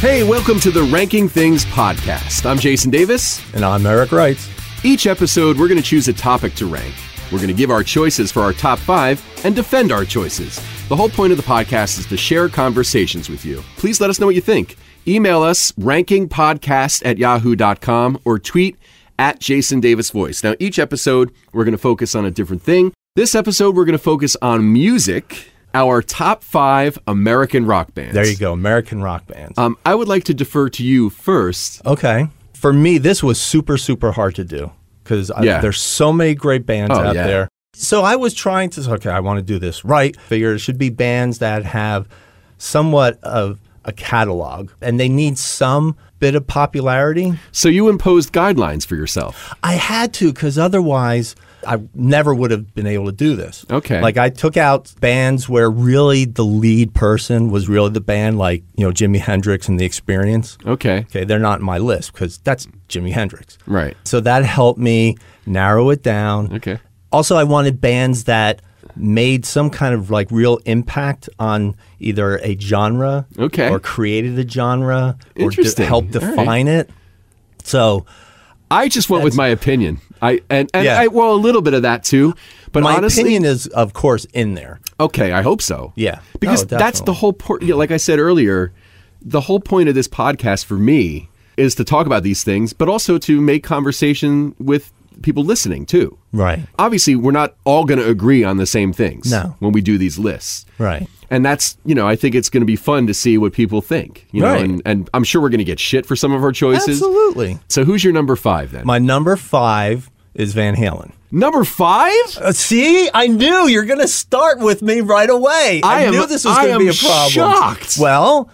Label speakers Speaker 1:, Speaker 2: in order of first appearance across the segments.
Speaker 1: Hey, welcome to the Ranking Things podcast. I'm Jason Davis.
Speaker 2: And I'm Eric Wright.
Speaker 1: Each episode, we're going to choose a topic to rank. We're going to give our choices for our top five and defend our choices. The whole point of the podcast is to share conversations with you. Please let us know what you think. Email us rankingpodcast at yahoo.com or tweet at Jason Davis Voice. Now, each episode, we're going to focus on a different thing. This episode, we're going to focus on music, our top five American rock bands.
Speaker 2: There you go, American rock bands.
Speaker 1: Um, I would like to defer to you first.
Speaker 2: okay. For me, this was super, super hard to do because
Speaker 1: Yeah.
Speaker 2: there's so many great bands
Speaker 1: Oh,
Speaker 2: out
Speaker 1: yeah.
Speaker 2: there. So I was trying to, okay, I want to do this right. Figure it should be bands that have somewhat of a catalog and they need some bit of popularity.
Speaker 1: So, you imposed guidelines for yourself.
Speaker 2: I had to because otherwise I never would have been able to do this.
Speaker 1: Okay.
Speaker 2: Like I took out bands where really the lead person was really the band, like, you know, Jimi Hendrix and The Experience.
Speaker 1: Okay.
Speaker 2: Okay, they're not in my list because that's Jimi Hendrix.
Speaker 1: Right.
Speaker 2: So that helped me narrow it down.
Speaker 1: Okay.
Speaker 2: Also, I wanted bands that made some kind of like real impact on either a genre
Speaker 1: Okay.
Speaker 2: or created a genre or
Speaker 1: Interesting.
Speaker 2: helped
Speaker 1: All right.
Speaker 2: define it. So
Speaker 1: I just went with my opinion. I and, and
Speaker 2: Yeah.
Speaker 1: I well a little bit of that too. But
Speaker 2: my
Speaker 1: honestly,
Speaker 2: opinion is, of course, in there.
Speaker 1: okay, I hope so.
Speaker 2: Yeah.
Speaker 1: Because
Speaker 2: Oh,
Speaker 1: that's the
Speaker 2: definitely.
Speaker 1: whole point like I said earlier, the whole point of this podcast for me is to talk about these things, but also to make conversation with people listening too.
Speaker 2: Right.
Speaker 1: Obviously, we're not all going to agree on the same things
Speaker 2: No.
Speaker 1: when we do these lists.
Speaker 2: Right.
Speaker 1: And that's, you know, I think it's going to be fun to see what people think, you know,
Speaker 2: Right.
Speaker 1: and, and I'm sure we're going to get shit for some of our choices.
Speaker 2: Absolutely.
Speaker 1: So who's your number five then?
Speaker 2: My number five is Van Halen.
Speaker 1: number five?
Speaker 2: Uh, see, I knew you're going to start with me right away.
Speaker 1: I
Speaker 2: I,
Speaker 1: am-
Speaker 2: knew this was
Speaker 1: I
Speaker 2: going to be
Speaker 1: am
Speaker 2: a problem.
Speaker 1: shocked.
Speaker 2: Well,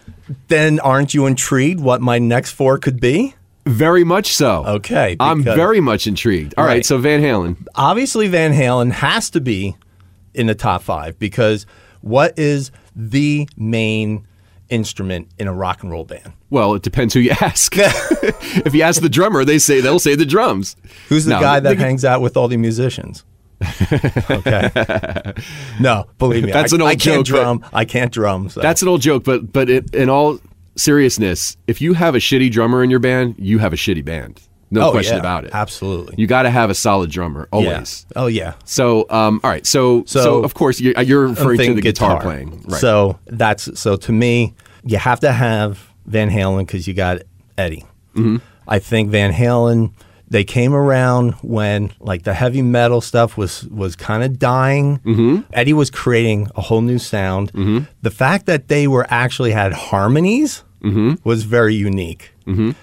Speaker 2: then aren't you intrigued what my next four could be?
Speaker 1: Very much so.
Speaker 2: Okay,
Speaker 1: I'm
Speaker 2: because-
Speaker 1: very much intrigued. All right,
Speaker 2: Right.
Speaker 1: so Van Halen.
Speaker 2: Obviously, Van Halen has to be in the top five because what is the main instrument in a rock and roll band?
Speaker 1: Well, it depends who you ask. if you ask the drummer, they say they'll say the drums.
Speaker 2: Who's the
Speaker 1: No,
Speaker 2: guy that hangs out with all the musicians? okay. No, believe me.
Speaker 1: That's
Speaker 2: I,
Speaker 1: an old
Speaker 2: I can't
Speaker 1: joke, but-
Speaker 2: drum. I can't drum. So.
Speaker 1: That's an old joke, but but it, in all seriousness, if you have a shitty drummer in your band, you have a shitty band. No
Speaker 2: Oh,
Speaker 1: question
Speaker 2: yeah,
Speaker 1: about it.
Speaker 2: absolutely.
Speaker 1: You got to have a solid drummer always.
Speaker 2: Yeah. Oh yeah.
Speaker 1: So, um, all right. So, so,
Speaker 2: So-
Speaker 1: of course you're, you're referring to
Speaker 2: Think
Speaker 1: the guitar, playing, right?
Speaker 2: So that's so to me, you have to have Van Halen because you got Eddie.
Speaker 1: Mm-hmm.
Speaker 2: I think Van Halen. They came around when like the heavy metal stuff was was kind of dying.
Speaker 1: Mm-hmm.
Speaker 2: Eddie was creating a whole new sound. The fact that they were actually had harmonies
Speaker 1: Mm-hmm.
Speaker 2: was very unique.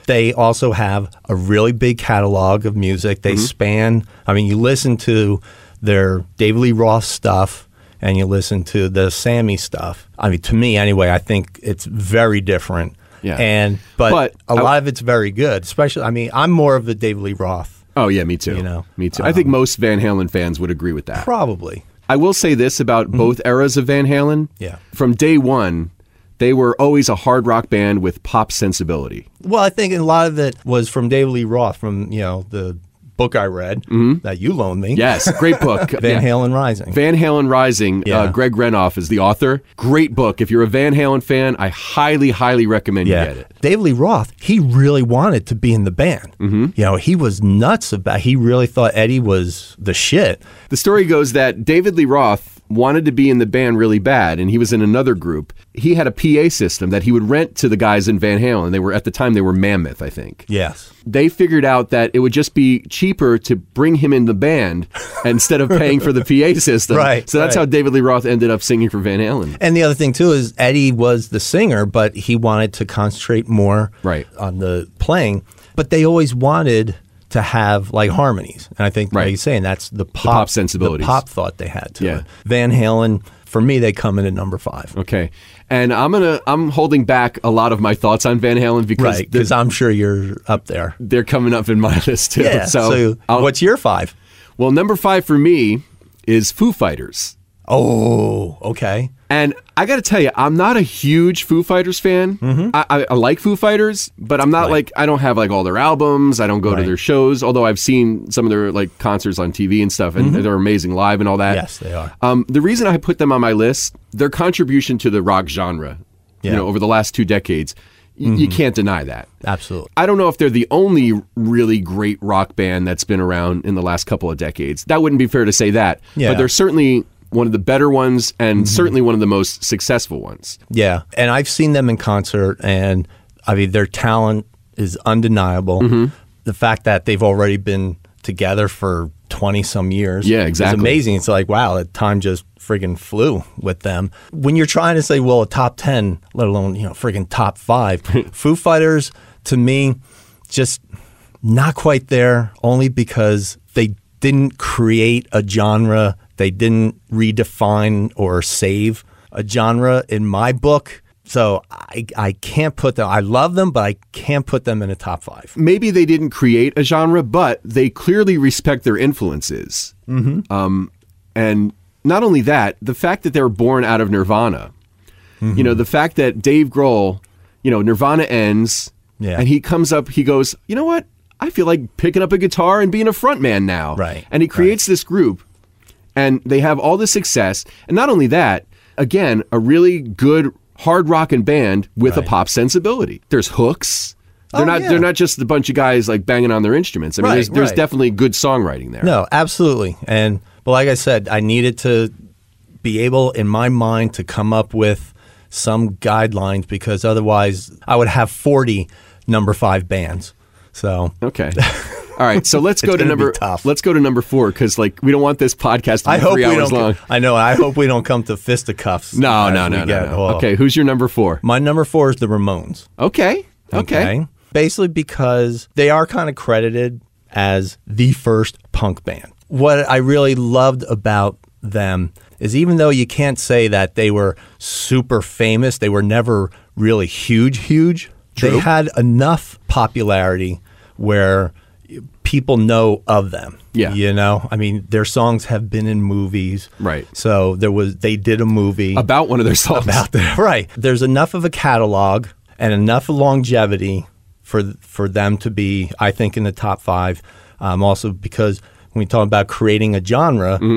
Speaker 2: They also have a really big catalog of music. They
Speaker 1: Mm-hmm.
Speaker 2: span. I mean, you listen to their David Lee Roth stuff and you listen to the Sammy stuff. I mean, to me anyway, I think it's very different.
Speaker 1: Yeah.
Speaker 2: And but,
Speaker 1: But
Speaker 2: a lot of it's very good. Especially, I mean, I'm more of the David Lee Roth
Speaker 1: oh yeah, me too.
Speaker 2: You know, um,
Speaker 1: me too. I think most Van Halen fans would agree with that.
Speaker 2: probably.
Speaker 1: I will say this about both eras of Van Halen.
Speaker 2: Mm-hmm. Yeah.
Speaker 1: From day one, they were always a hard rock band with pop sensibility.
Speaker 2: Well, I think a lot of it was from David Lee Roth from you know the book I read that you loaned me.
Speaker 1: Yes, great book.
Speaker 2: Van
Speaker 1: Mm-hmm. Yeah.
Speaker 2: Halen Rising.
Speaker 1: Van Halen Rising, uh,
Speaker 2: Yeah.
Speaker 1: Greg Renoff is the author. Great book. If you're a Van Halen fan, I highly, highly recommend you get it.
Speaker 2: David Lee Roth, he really wanted to be in the band. Mm-hmm. You know, he was nuts about. He really thought Eddie was the shit.
Speaker 1: The story goes that David Lee Roth wanted to be in the band really bad, and he was in another group. He had a PA system that he would rent to the guys in Van Halen. They were, at the time, they were Mammoth, I think.
Speaker 2: Yes.
Speaker 1: they figured out that it would just be cheaper to bring him in the band instead of paying for the PA system.
Speaker 2: Right,
Speaker 1: So that's
Speaker 2: right.
Speaker 1: how David Lee Roth ended up singing for Van Halen.
Speaker 2: And the other thing too is Eddie was the singer, but he wanted to concentrate more
Speaker 1: Right.
Speaker 2: on the playing. But they always wanted to have like harmonies, and I think
Speaker 1: Right.
Speaker 2: like you're saying that's the pop,
Speaker 1: pop sensibilities.
Speaker 2: the pop thought they had to
Speaker 1: Yeah.
Speaker 2: it. Van Halen, for me, they come in at number five,
Speaker 1: Okay. And I'm gonna I'm holding back a lot of my thoughts on Van Halen because
Speaker 2: right?
Speaker 1: they're,
Speaker 2: Because I'm sure you're up there.
Speaker 1: they're coming up in my list too.
Speaker 2: Yeah.
Speaker 1: so
Speaker 2: So,
Speaker 1: I'll-
Speaker 2: what's your five?
Speaker 1: well, number five for me is Foo Fighters.
Speaker 2: Oh, okay.
Speaker 1: And I got to tell you, I'm not a huge Foo Fighters fan.
Speaker 2: Mm-hmm.
Speaker 1: I, I, I like Foo Fighters, but I'm not like I don't have like all their albums. I don't go to
Speaker 2: Right.
Speaker 1: their shows, although I've seen some of their like concerts on TV and stuff, and they're amazing live and all that.
Speaker 2: Mm-hmm. Yes, they are.
Speaker 1: Um, the reason I put them on my list, their contribution to the rock genre, you
Speaker 2: Yeah. Mm-hmm.
Speaker 1: know, over the last two decades. Y- You can't deny that.
Speaker 2: Absolutely.
Speaker 1: I don't know if they're the only really great rock band that's been around in the last couple of decades. That wouldn't be fair to say that.
Speaker 2: Yeah. Mm-hmm.
Speaker 1: But they're certainly one of the better ones and certainly one of the most successful ones.
Speaker 2: Yeah. And I've seen them in concert, and I mean, their talent is undeniable.
Speaker 1: Mm-hmm.
Speaker 2: The fact that they've already been together for 20 some years
Speaker 1: Yeah,
Speaker 2: is
Speaker 1: exactly.
Speaker 2: amazing. It's like, wow, that time just friggin' flew with them. When you're trying to say, well, a top 10, let alone, you know, friggin' top five, Foo Fighters, to me, just not quite there, only because they didn't create a genre. They didn't redefine or save a genre in my book. So I, I can't put them, I love them, but I can't put them in a top five.
Speaker 1: Maybe they didn't create a genre, but they clearly respect their influences. Mm-hmm. Um, and not only that, the fact that they were born out of Nirvana.
Speaker 2: Mm-hmm.
Speaker 1: You know, the fact that Dave Grohl, you know, Nirvana ends
Speaker 2: Yeah.
Speaker 1: and he comes up, he goes, you know what? I feel like picking up a guitar and being a front man now.
Speaker 2: Right,
Speaker 1: And he creates this group and they have all this success. And not only that, again, a really good hard rock and band with a pop sensibility. There's hooks. They're
Speaker 2: Oh,
Speaker 1: not
Speaker 2: yeah.
Speaker 1: they're not just a bunch of guys like banging on their instruments. I mean
Speaker 2: Right,
Speaker 1: there's there's
Speaker 2: right.
Speaker 1: definitely good songwriting there.
Speaker 2: No, absolutely. And but like I said, I needed to be able in my mind to come up with some guidelines because otherwise I would have 40 number 5 bands. So
Speaker 1: Okay. All right, so let's go to
Speaker 2: gonna be
Speaker 1: number
Speaker 2: tough.
Speaker 1: let's go to number 4 cuz like we don't want this podcast to be
Speaker 2: I hope
Speaker 1: 3
Speaker 2: we
Speaker 1: hours
Speaker 2: don't
Speaker 1: long.
Speaker 2: I know, I hope we don't come to fisticuffs.
Speaker 1: No,
Speaker 2: as
Speaker 1: no,
Speaker 2: we
Speaker 1: no, no,
Speaker 2: get-
Speaker 1: no.
Speaker 2: well,
Speaker 1: Okay, who's your number 4?
Speaker 2: My number 4 is the Ramones.
Speaker 1: Okay. Okay.
Speaker 2: Basically, because they are kind of credited as the first punk band. What I really loved about them is even though you can't say that they were super famous, they were never really huge, huge. They had enough popularity where people know of them.
Speaker 1: Yeah.
Speaker 2: You know, I mean, their songs have been in movies.
Speaker 1: Right.
Speaker 2: So there was, they did a movie
Speaker 1: About one of their songs.
Speaker 2: out there. Right. There's enough of a catalog and enough longevity for for them to be, I think, in the top five. Um, also, because when we talk about creating a genre, you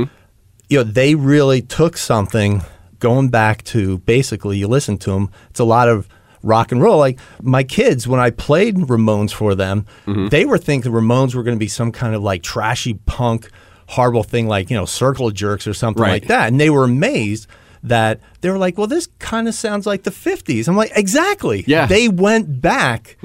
Speaker 2: know, they really took something going back to basically you listen to them. It's a lot of rock and roll. Like my kids, when I played Ramones for them,
Speaker 1: Mm-hmm.
Speaker 2: they were thinking Ramones were going to be some kind of like trashy punk, horrible thing like you know Circle Jerks or something
Speaker 1: Right.
Speaker 2: like that, and they were amazed. That they were like, well, this kind of sounds like the 50s. I'm like, exactly.
Speaker 1: Yeah. Mm-hmm.
Speaker 2: They went back,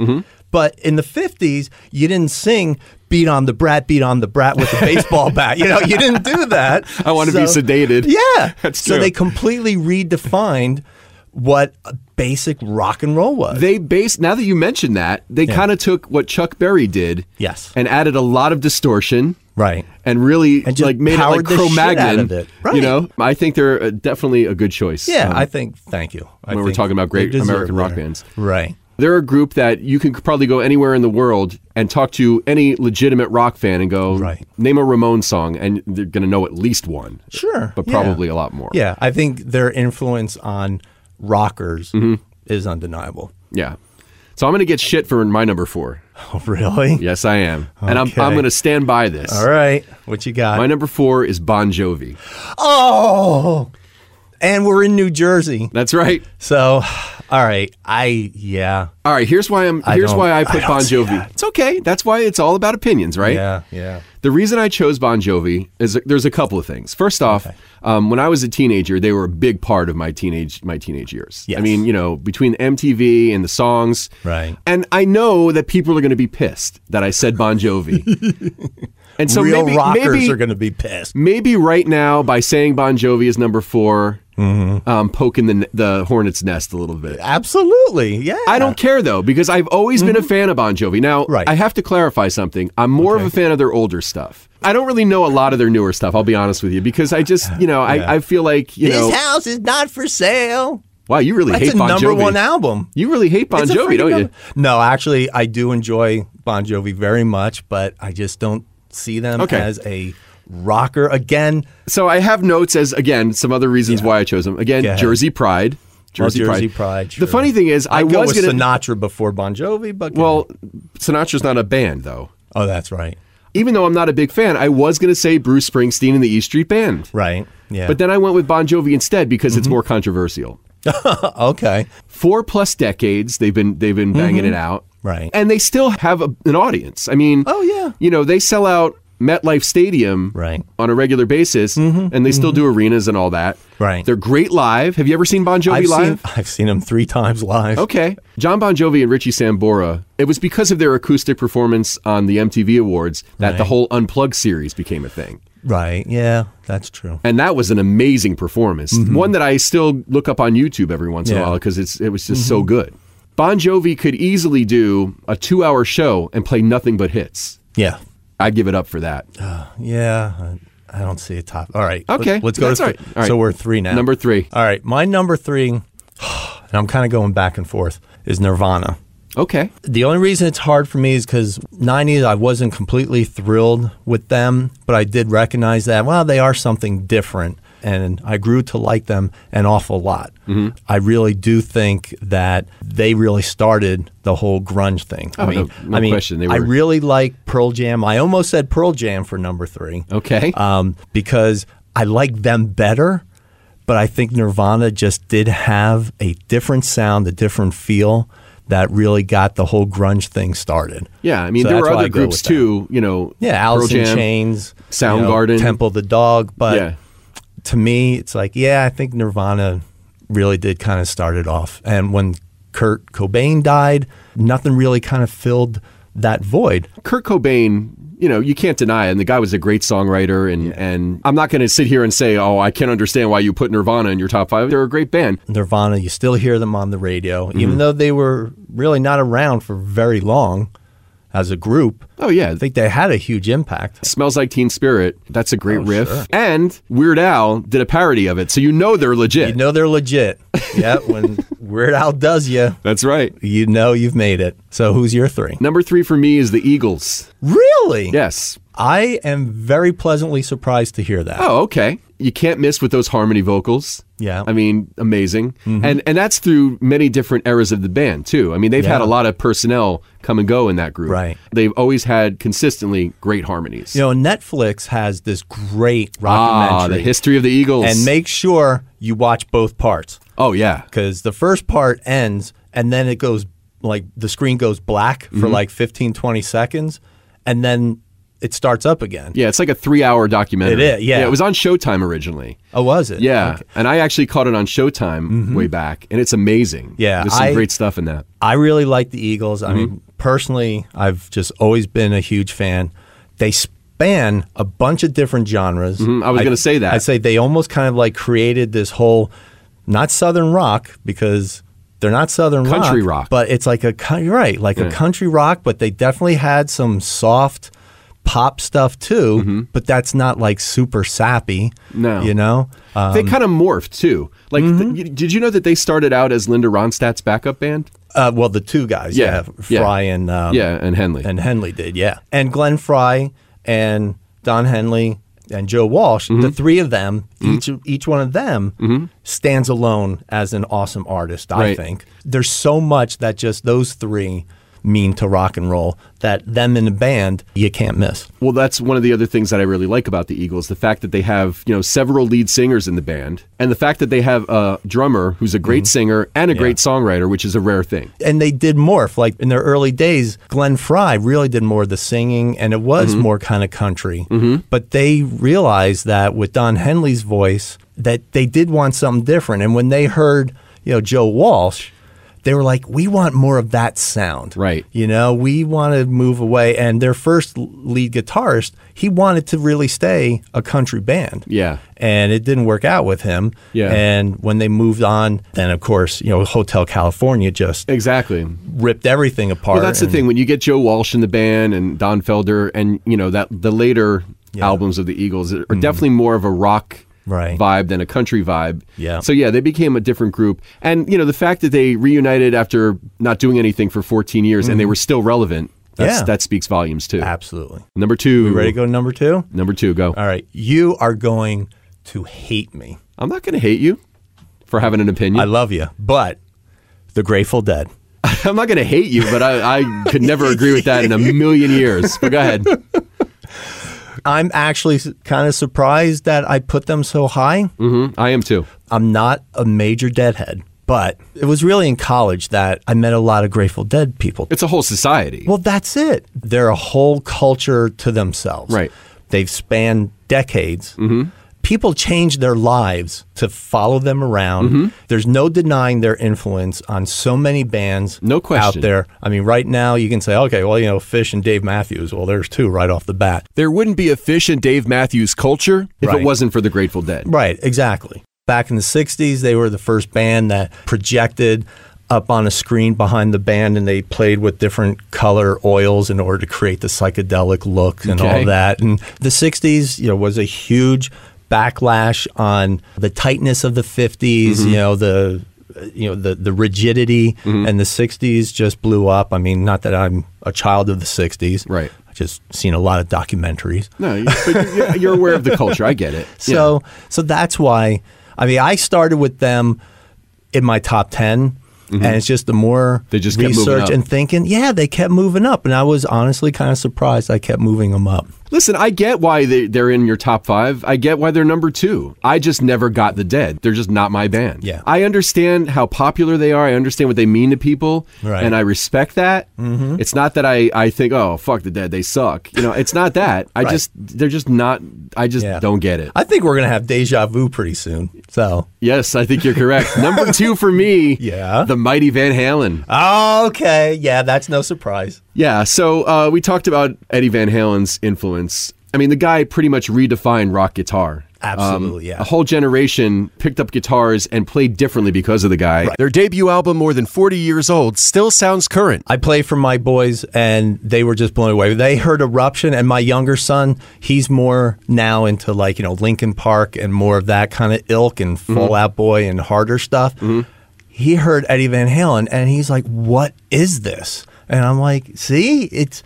Speaker 2: but in the 50s, you didn't sing beat on the brat, beat on the brat with a baseball bat. You know, you didn't do that.
Speaker 1: I wanna be sedated.
Speaker 2: Yeah.
Speaker 1: That's
Speaker 2: so
Speaker 1: true.
Speaker 2: they completely redefined what a basic rock and roll was.
Speaker 1: they based now that you mentioned that they kind of took what Chuck Berry did,
Speaker 2: Yes.
Speaker 1: and added a lot of distortion,
Speaker 2: right.
Speaker 1: and really
Speaker 2: And just
Speaker 1: like made it like
Speaker 2: powered the shit
Speaker 1: Cro-Magnon.
Speaker 2: out of it.
Speaker 1: You
Speaker 2: Right.
Speaker 1: know, I think they're uh, definitely a good choice.
Speaker 2: Yeah,
Speaker 1: Um,
Speaker 2: I think, thank you. I
Speaker 1: when we're
Speaker 2: think
Speaker 1: talking about
Speaker 2: they
Speaker 1: great
Speaker 2: deserve
Speaker 1: American rock
Speaker 2: that.
Speaker 1: bands.
Speaker 2: Right.
Speaker 1: they're a group that you can probably go anywhere in the world and talk to any legitimate rock fan and go
Speaker 2: Right.
Speaker 1: name a Ramon song, and they're going to know at least one,
Speaker 2: Sure.
Speaker 1: but
Speaker 2: yeah.
Speaker 1: probably a lot more.
Speaker 2: Yeah, I think their influence on rockers
Speaker 1: Mm-hmm.
Speaker 2: is undeniable.
Speaker 1: yeah. So I'm going to get shit for my number four.
Speaker 2: Oh, really?
Speaker 1: Yes, I am, and I'm
Speaker 2: Okay.
Speaker 1: I'm going to stand by this.
Speaker 2: All right. What you got?
Speaker 1: My number four is Bon Jovi.
Speaker 2: Oh, and we're in New Jersey.
Speaker 1: That's right.
Speaker 2: So, all right. I, yeah.
Speaker 1: All right, here's why I'm here's
Speaker 2: don't-
Speaker 1: why I
Speaker 2: I
Speaker 1: put
Speaker 2: don't
Speaker 1: Bon
Speaker 2: see
Speaker 1: Jovi.
Speaker 2: that.
Speaker 1: It's okay. That's why it's all about opinions, right?
Speaker 2: Yeah. Yeah.
Speaker 1: The reason I chose Bon Jovi is that there's a couple of things. First off, um, when I was a teenager, they were a big part of my teenage my teenage years. I
Speaker 2: Yes.
Speaker 1: mean, you know, between MTV and the songs.
Speaker 2: Right.
Speaker 1: And I know that people are going to be pissed that I said Bon Jovi. and so
Speaker 2: Real
Speaker 1: maybe
Speaker 2: rockers
Speaker 1: maybe,
Speaker 2: are going to be pissed.
Speaker 1: maybe right now by saying Bon Jovi is number 4
Speaker 2: Mm-hmm.
Speaker 1: um, poking the the hornet's nest a little bit.
Speaker 2: Absolutely. Yeah. Mm-hmm.
Speaker 1: I don't care though because I've always been a fan of Bon Jovi. Now,
Speaker 2: Right.
Speaker 1: I have to clarify something. I'm more of a fan of their older stuff. I don't really know a lot of their newer stuff. I'll be honest with you because I just, you know, I, I feel like you know,
Speaker 2: house is not for sale.
Speaker 1: wow, you really
Speaker 2: That's
Speaker 1: hate
Speaker 2: a
Speaker 1: Bon
Speaker 2: number
Speaker 1: Jovi.
Speaker 2: one album.
Speaker 1: You really hate Bon
Speaker 2: It's a
Speaker 1: Jovi,
Speaker 2: freaking
Speaker 1: don't you?
Speaker 2: number- No, actually, I do enjoy Bon Jovi very much, but I just don't see them
Speaker 1: Okay.
Speaker 2: as a rocker. Again,
Speaker 1: So I have notes as again some other reasons why I chose them. Again,
Speaker 2: Go ahead.
Speaker 1: Jersey Pride. Jersey,
Speaker 2: Jersey Pride,
Speaker 1: The
Speaker 2: sure.
Speaker 1: funny thing is, I,
Speaker 2: I go
Speaker 1: was
Speaker 2: with
Speaker 1: gonna.
Speaker 2: Sinatra before Bon Jovi, but
Speaker 1: well, Sinatra's not a band though.
Speaker 2: oh, that's right.
Speaker 1: Even though I'm not a big fan, I was going to say Bruce Springsteen and the E Street Band.
Speaker 2: Right. Yeah. Mm-hmm.
Speaker 1: But then I went with Bon Jovi instead because it's more controversial.
Speaker 2: Uh, okay.
Speaker 1: Four plus decades they've been they've been banging it out.
Speaker 2: Mm-hmm. Right.
Speaker 1: And they still have a, an audience. I mean,
Speaker 2: Oh, yeah.
Speaker 1: You know, they sell out MetLife Stadium
Speaker 2: Right. Mm-hmm.
Speaker 1: on a regular basis and they still do arenas and all that.
Speaker 2: Right.
Speaker 1: They're great live. Have you ever seen Bon Jovi
Speaker 2: I've
Speaker 1: live?
Speaker 2: seen I've seen him three times live.
Speaker 1: Okay. John Bon Jovi and Richie Sambora, it was because of their acoustic performance on the MTV Awards that the whole Unplugged series became a thing.
Speaker 2: Right. Yeah, that's true.
Speaker 1: And that was an amazing performance. One that I still look up on YouTube every once in a
Speaker 2: Mm-hmm. Yeah. Mm-hmm.
Speaker 1: while because it's it was just so good. Bon Jovi could easily do a two hour show and play nothing but hits.
Speaker 2: Yeah.
Speaker 1: I give it up for that.
Speaker 2: Yeah. I I don't see a top. All right.
Speaker 1: Okay,
Speaker 2: Let, us go
Speaker 1: that's
Speaker 2: to
Speaker 1: all right.
Speaker 2: th-
Speaker 1: All right.
Speaker 2: So we're three now.
Speaker 1: Number three.
Speaker 2: All right. My number three, and I'm kind of going back and forth, is Nirvana.
Speaker 1: Okay.
Speaker 2: The only reason it's hard for me is because 90s, I wasn't completely thrilled with them, but I did recognize that, well, they are something different. And I grew to like them an awful lot.
Speaker 1: Mm-hmm.
Speaker 2: I really do think that they really started the whole grunge thing. I
Speaker 1: no-
Speaker 2: mean,
Speaker 1: Oh, no
Speaker 2: I mean,
Speaker 1: question, they
Speaker 2: I
Speaker 1: were-
Speaker 2: really like Pearl Jam. I almost said Pearl Jam for number three
Speaker 1: Okay.
Speaker 2: um, because I like them better, but I think Nirvana just did have a different sound, a different feel that really got the whole grunge thing started.
Speaker 1: yeah. I mean,
Speaker 2: So
Speaker 1: there
Speaker 2: that's
Speaker 1: were
Speaker 2: why I
Speaker 1: other
Speaker 2: go
Speaker 1: groups
Speaker 2: with that.
Speaker 1: too, you know,
Speaker 2: Yeah,
Speaker 1: Pearl
Speaker 2: Alice in
Speaker 1: Jam.
Speaker 2: Chains, you know,
Speaker 1: Soundgarden.
Speaker 2: Temple of the Dog. But
Speaker 1: Yeah.
Speaker 2: to me, it's like, yeah, I think Nirvana really did kind of start it off. And when Kurt Cobain died, nothing really kind of filled that void.
Speaker 1: Kurt Cobain, you know, you can't deny it. And the guy was a great songwriter. And, and I'm not going to sit here and say, oh, I can't understand why you put Nirvana in your top five. They're a great band.
Speaker 2: Nirvana, you still hear them on the radio, even
Speaker 1: Mm-hmm.
Speaker 2: though they were really not around for very long as a group.
Speaker 1: Oh, yeah.
Speaker 2: I think they had a huge impact.
Speaker 1: Smells Like Teen Spirit. That's a great
Speaker 2: Oh,
Speaker 1: riff. And Weird Al did a parody of it. So you know they're legit.
Speaker 2: You know they're legit. yeah, when Weird Al does you,
Speaker 1: That's right.
Speaker 2: you know you've made it. So who's your three?
Speaker 1: Number three for me is the Eagles.
Speaker 2: Really?
Speaker 1: Yes.
Speaker 2: I am very pleasantly surprised to hear that.
Speaker 1: Oh, okay. You can't miss with those harmony vocals.
Speaker 2: Yeah. Mm-hmm.
Speaker 1: I mean, amazing. And and that's through many different eras of the band too. I mean, they've had
Speaker 2: Yeah.
Speaker 1: a lot of personnel come and go in that group.
Speaker 2: Right.
Speaker 1: They've always had consistently great harmonies.
Speaker 2: You know, Netflix has this great
Speaker 1: ah,
Speaker 2: documentary.
Speaker 1: the history of the Eagles.
Speaker 2: and make sure you watch both parts.
Speaker 1: oh yeah.
Speaker 2: because the first part ends and then it goes like the screen goes black for like 15 20 seconds and then it starts up again
Speaker 1: Yeah, it's like a three-hour documentary.
Speaker 2: It is, yeah.
Speaker 1: It was on Showtime originally.
Speaker 2: oh was it
Speaker 1: Yeah,
Speaker 2: Okay.
Speaker 1: and I actually caught it on Showtime way back, and it's amazing.
Speaker 2: Mm-hmm. Yeah,
Speaker 1: there's some
Speaker 2: I-
Speaker 1: great stuff in that.
Speaker 2: i really like the eagles i
Speaker 1: Mm-hmm.
Speaker 2: mean personally i've just always been a huge fan they span a bunch of different genres
Speaker 1: Mm-hmm. I was gonna say that.
Speaker 2: i'd say they almost kind of like created this whole not southern rock because they're not southern
Speaker 1: Country rock.
Speaker 2: but it's like a coun- you're right, like a country rock, but they definitely had some soft pop stuff too. But that's not like super sappy.
Speaker 1: Mm-hmm. No.
Speaker 2: you know, uh,
Speaker 1: they kind of morphed too. Like,
Speaker 2: Mm-hmm.
Speaker 1: th- y- did you know that they started out as Linda Ronstadt's backup band?
Speaker 2: uh, well, the two guys,
Speaker 1: Yeah,
Speaker 2: yeah,
Speaker 1: yeah.
Speaker 2: Fry and um,
Speaker 1: yeah, and Henley.
Speaker 2: and Henley did, yeah, and Glenn Fry and Don Henley and Joe Walsh,
Speaker 1: Mm-hmm.
Speaker 2: the three of them, each each one of them stands alone as an awesome artist. I
Speaker 1: Right.
Speaker 2: think there's so much that just those three mean to rock and roll that them in a band you can't miss.
Speaker 1: well, that's one of the other things that I really like about the Eagles: the fact that they have you know several lead singers in the band, and the fact that they have a drummer who's a great
Speaker 2: Mm-hmm.
Speaker 1: singer and a great songwriter, which is a rare thing.
Speaker 2: and they did morph. Like in their early days, Glenn Fry really did more of the singing, and it was
Speaker 1: Mm-hmm.
Speaker 2: more kind of country. But they realized that with Don Henley's voice, that they did want something different. And when they heard, you know, Joe Walsh, they were like, "We want more of that sound."
Speaker 1: Right.
Speaker 2: You know, we want to move away. And their first lead guitarist, he wanted to really stay a country band
Speaker 1: Yeah.
Speaker 2: and it didn't work out with him.
Speaker 1: Yeah.
Speaker 2: And when they moved on, then of course, you know, Hotel California just
Speaker 1: Exactly.
Speaker 2: ripped everything apart.
Speaker 1: Well, that's the
Speaker 2: and-
Speaker 1: thing when you get Joe Walsh in the band and Don Felder, and you know that the later albums of the Eagles are definitely more of a rock
Speaker 2: Mm-hmm. Right.
Speaker 1: vibe than a country vibe.
Speaker 2: Yeah.
Speaker 1: So yeah, they became a different group, and you know the fact that they reunited after not doing anything for 14 years and they were still relevant. That's,
Speaker 2: Mm-hmm. Yeah.
Speaker 1: That speaks volumes too.
Speaker 2: Absolutely.
Speaker 1: Number two.
Speaker 2: You ready to go Ah. to number two?
Speaker 1: Number two, go.
Speaker 2: All right. You are going to hate me.
Speaker 1: I'm not going to hate you for having an
Speaker 2: I
Speaker 1: opinion.
Speaker 2: love you, but the Grateful Dead.
Speaker 1: I'm not going to hate you, but I, I could never agree with that in a million years. But go ahead.
Speaker 2: I'm actually kind of surprised that I put them so high.
Speaker 1: hmm I am too.
Speaker 2: I'm not a major deadhead. But it was really in college that I met a lot of Grateful Dead people.
Speaker 1: It's a whole society.
Speaker 2: Well, that's it. They're a whole culture to themselves.
Speaker 1: Right. Mm-hmm.
Speaker 2: They've spanned decades. People change their lives to follow them around.
Speaker 1: Mm-hmm.
Speaker 2: There's no denying their influence on so many bands
Speaker 1: No question.
Speaker 2: out there. I mean, right now you can say, okay, well, you know, Fish and Dave Matthews. Well, there's two right off the bat.
Speaker 1: there wouldn't be a Fish and Dave Matthews culture if it
Speaker 2: Right.
Speaker 1: wasn't for the Grateful Dead.
Speaker 2: Right, exactly. Back in the 60s, they were the first band that projected up on a screen behind the band and they played with different color oils in order to create the psychedelic look and
Speaker 1: Okay.
Speaker 2: all that. And the 60s, you know, was a huge backlash on the tightness of the 50s,
Speaker 1: Mm-hmm.
Speaker 2: you know, the you know the the rigidity and the 60s just blew up. I mean, not that I'm a child of the 60s.
Speaker 1: Right.
Speaker 2: I just seen a lot of documentaries.
Speaker 1: No, you- but you're, you're aware of the culture. I get it. Yeah.
Speaker 2: So so that's why I mean I started with them in my top 10 and it's just the more
Speaker 1: Mm-hmm. They just kept moving up.
Speaker 2: research and thinking, yeah, they kept moving up and I was honestly kind of surprised I kept moving them up.
Speaker 1: listen, I get why they, they're in your top five. I get why they're number two. I just never got the Dead. They're just not my band.
Speaker 2: Yeah.
Speaker 1: I understand how popular they are. I understand what they mean to people,
Speaker 2: Right.
Speaker 1: and I respect that. Mm-hmm. It's not that I I think oh fuck the Dead, they suck. You know, it's not that. I
Speaker 2: Right.
Speaker 1: just they're just not. I just
Speaker 2: Yeah.
Speaker 1: don't get it.
Speaker 2: I think we're going to have deja vu pretty soon. So,
Speaker 1: Yes, I think you're correct. number two for me.
Speaker 2: Yeah.
Speaker 1: the mighty Van Halen.
Speaker 2: okay, yeah, that's no surprise.
Speaker 1: Yeah, so uh, we talked about Eddie Van Halen's influence. I mean, the guy pretty much redefined rock guitar. Um,
Speaker 2: Absolutely, yeah.
Speaker 1: A whole generation picked up guitars and played differently because of the guy.
Speaker 3: Their debut album, more than 40 years old, still sounds current.
Speaker 2: I play for my boys and they were just blown away. They heard Eruption and my younger son, he's more now into like, you know, Linkin Park and more of that kind of ilk and
Speaker 1: Mm-hmm.
Speaker 2: Fall Out Boy and harder stuff. He heard Eddie Van Halen and he's like, "What is this?" And I'm like, "See, it's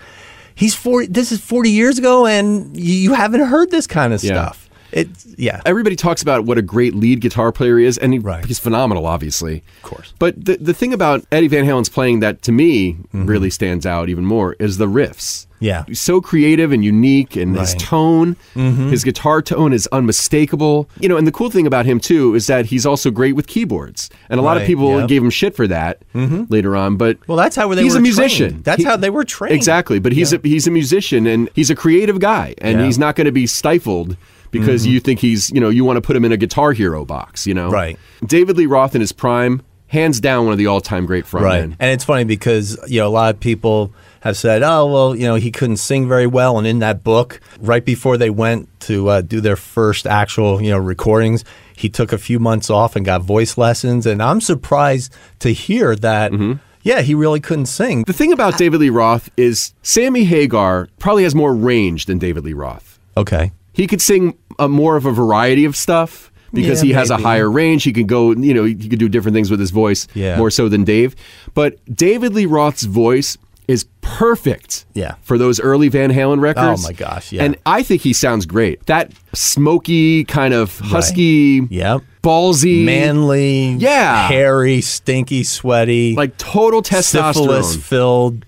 Speaker 2: he's 40 this is 40 years ago and you, you haven't heard this kind of
Speaker 1: Yeah.
Speaker 2: stuff." It's yeah.
Speaker 1: Everybody talks about what a great lead guitar player he is, and he,
Speaker 2: Right.
Speaker 1: he's phenomenal, obviously. Of
Speaker 2: course.
Speaker 1: But the, the thing about Eddie Van Halen's playing that to me really stands out even more is the riffs.
Speaker 2: Mm-hmm. Yeah.
Speaker 1: He's so creative and unique, and his
Speaker 2: Right. Mm-hmm.
Speaker 1: tone, his guitar tone is unmistakable. You know, and the cool thing about him, too, is that he's also great with keyboards. And a lot of
Speaker 2: Right,
Speaker 1: people
Speaker 2: yeah.
Speaker 1: gave him shit for that later on, but.
Speaker 2: Well, that's how they
Speaker 1: He's
Speaker 2: were
Speaker 1: a musician.
Speaker 2: trained. That's
Speaker 1: He-
Speaker 2: how they were trained.
Speaker 1: Exactly, but he's a, he's a musician and he's a creative guy, and
Speaker 2: Yeah. Mm-hmm.
Speaker 1: he's not going to be stifled because you think he's you know you want to put him in a guitar hero box, you know.
Speaker 2: Right.
Speaker 1: David Lee Roth in his prime, hands down, one of the all time great frontmen.
Speaker 2: And it's funny because, you know, a lot of people have said, oh, well, you know, he couldn't sing very well. And in that book, right before they went to uh, do their first actual, you know, recordings, he took a few months off and got voice lessons. And I'm surprised to hear that,
Speaker 1: Mm-hmm.
Speaker 2: yeah, he really couldn't sing.
Speaker 1: The thing about David Lee Roth is Sammy Hagar probably has more range than David Lee Roth.
Speaker 2: Okay.
Speaker 1: He could sing a, more of a variety of stuff because
Speaker 2: Yeah,
Speaker 1: he has
Speaker 2: maybe.
Speaker 1: a higher range. He could go, you know, he could do different things with his voice
Speaker 2: Yeah.
Speaker 1: more so than Dave. But David Lee Roth's voice is perfect
Speaker 2: Yeah.
Speaker 1: for those early Van Halen records.
Speaker 2: Oh, my gosh, yeah.
Speaker 1: And I think he sounds great. That smoky, kind of husky,
Speaker 2: Yep.
Speaker 1: ballsy,
Speaker 2: Manly,
Speaker 1: Yeah.
Speaker 2: hairy, stinky, sweaty,
Speaker 1: like total testosterone.
Speaker 2: syphilis filled.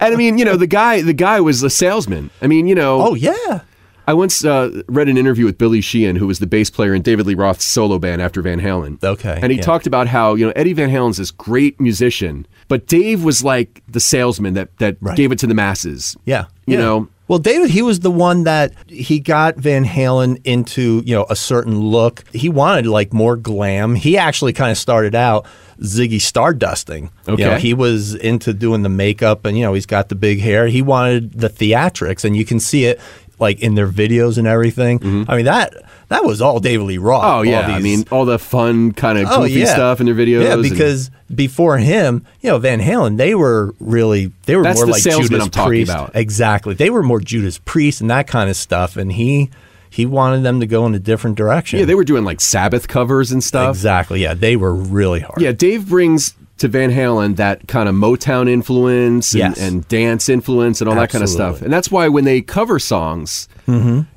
Speaker 1: And I mean, you know, the guy the guy was a salesman. I mean, you know,
Speaker 2: Oh, yeah.
Speaker 1: I once uh, read an interview with Billy Sheehan, who was the bass player in David Lee Roth's solo band after Van Halen.
Speaker 2: Okay,
Speaker 1: And he
Speaker 2: yeah.
Speaker 1: talked about how, you know, Eddie Van Halen's this great musician, but Dave was like the salesman that, that
Speaker 2: Right.
Speaker 1: gave it to the masses.
Speaker 2: Yeah.
Speaker 1: You
Speaker 2: yeah.
Speaker 1: know?
Speaker 2: Well, David, he was the one that he got Van Halen into, you know, a certain look. He wanted like more glam. He actually kind of started out Ziggy Stardusting. You know,
Speaker 1: Okay.
Speaker 2: he was into doing the makeup and, you know, he's got the big hair. He wanted the theatrics and you can see it like in their videos and everything. I mean, that that was all David Lee Roth.
Speaker 1: Mm-hmm. Oh,
Speaker 2: all
Speaker 1: yeah. I
Speaker 2: these-
Speaker 1: mean, all the fun, kind of
Speaker 2: Oh,
Speaker 1: goofy
Speaker 2: yeah.
Speaker 1: stuff in their videos.
Speaker 2: Yeah,
Speaker 1: and-
Speaker 2: because before him, you know, Van Halen, they were really they were
Speaker 1: That's
Speaker 2: more
Speaker 1: the
Speaker 2: like
Speaker 1: salesman
Speaker 2: Judas
Speaker 1: I'm talking
Speaker 2: Priest.
Speaker 1: about.
Speaker 2: Exactly, they were more Judas Priest and that kind of stuff. And he he wanted them to go in a different direction.
Speaker 1: yeah, they were doing like Sabbath covers and stuff.
Speaker 2: exactly. Yeah, they were really hard.
Speaker 1: Yeah, Dave brings to Van Halen that kind of Motown influence and,
Speaker 2: Yes.
Speaker 1: and dance influence and all that kind of stuff.
Speaker 2: Absolutely. Mm-hmm.
Speaker 1: And that's why when they cover songs,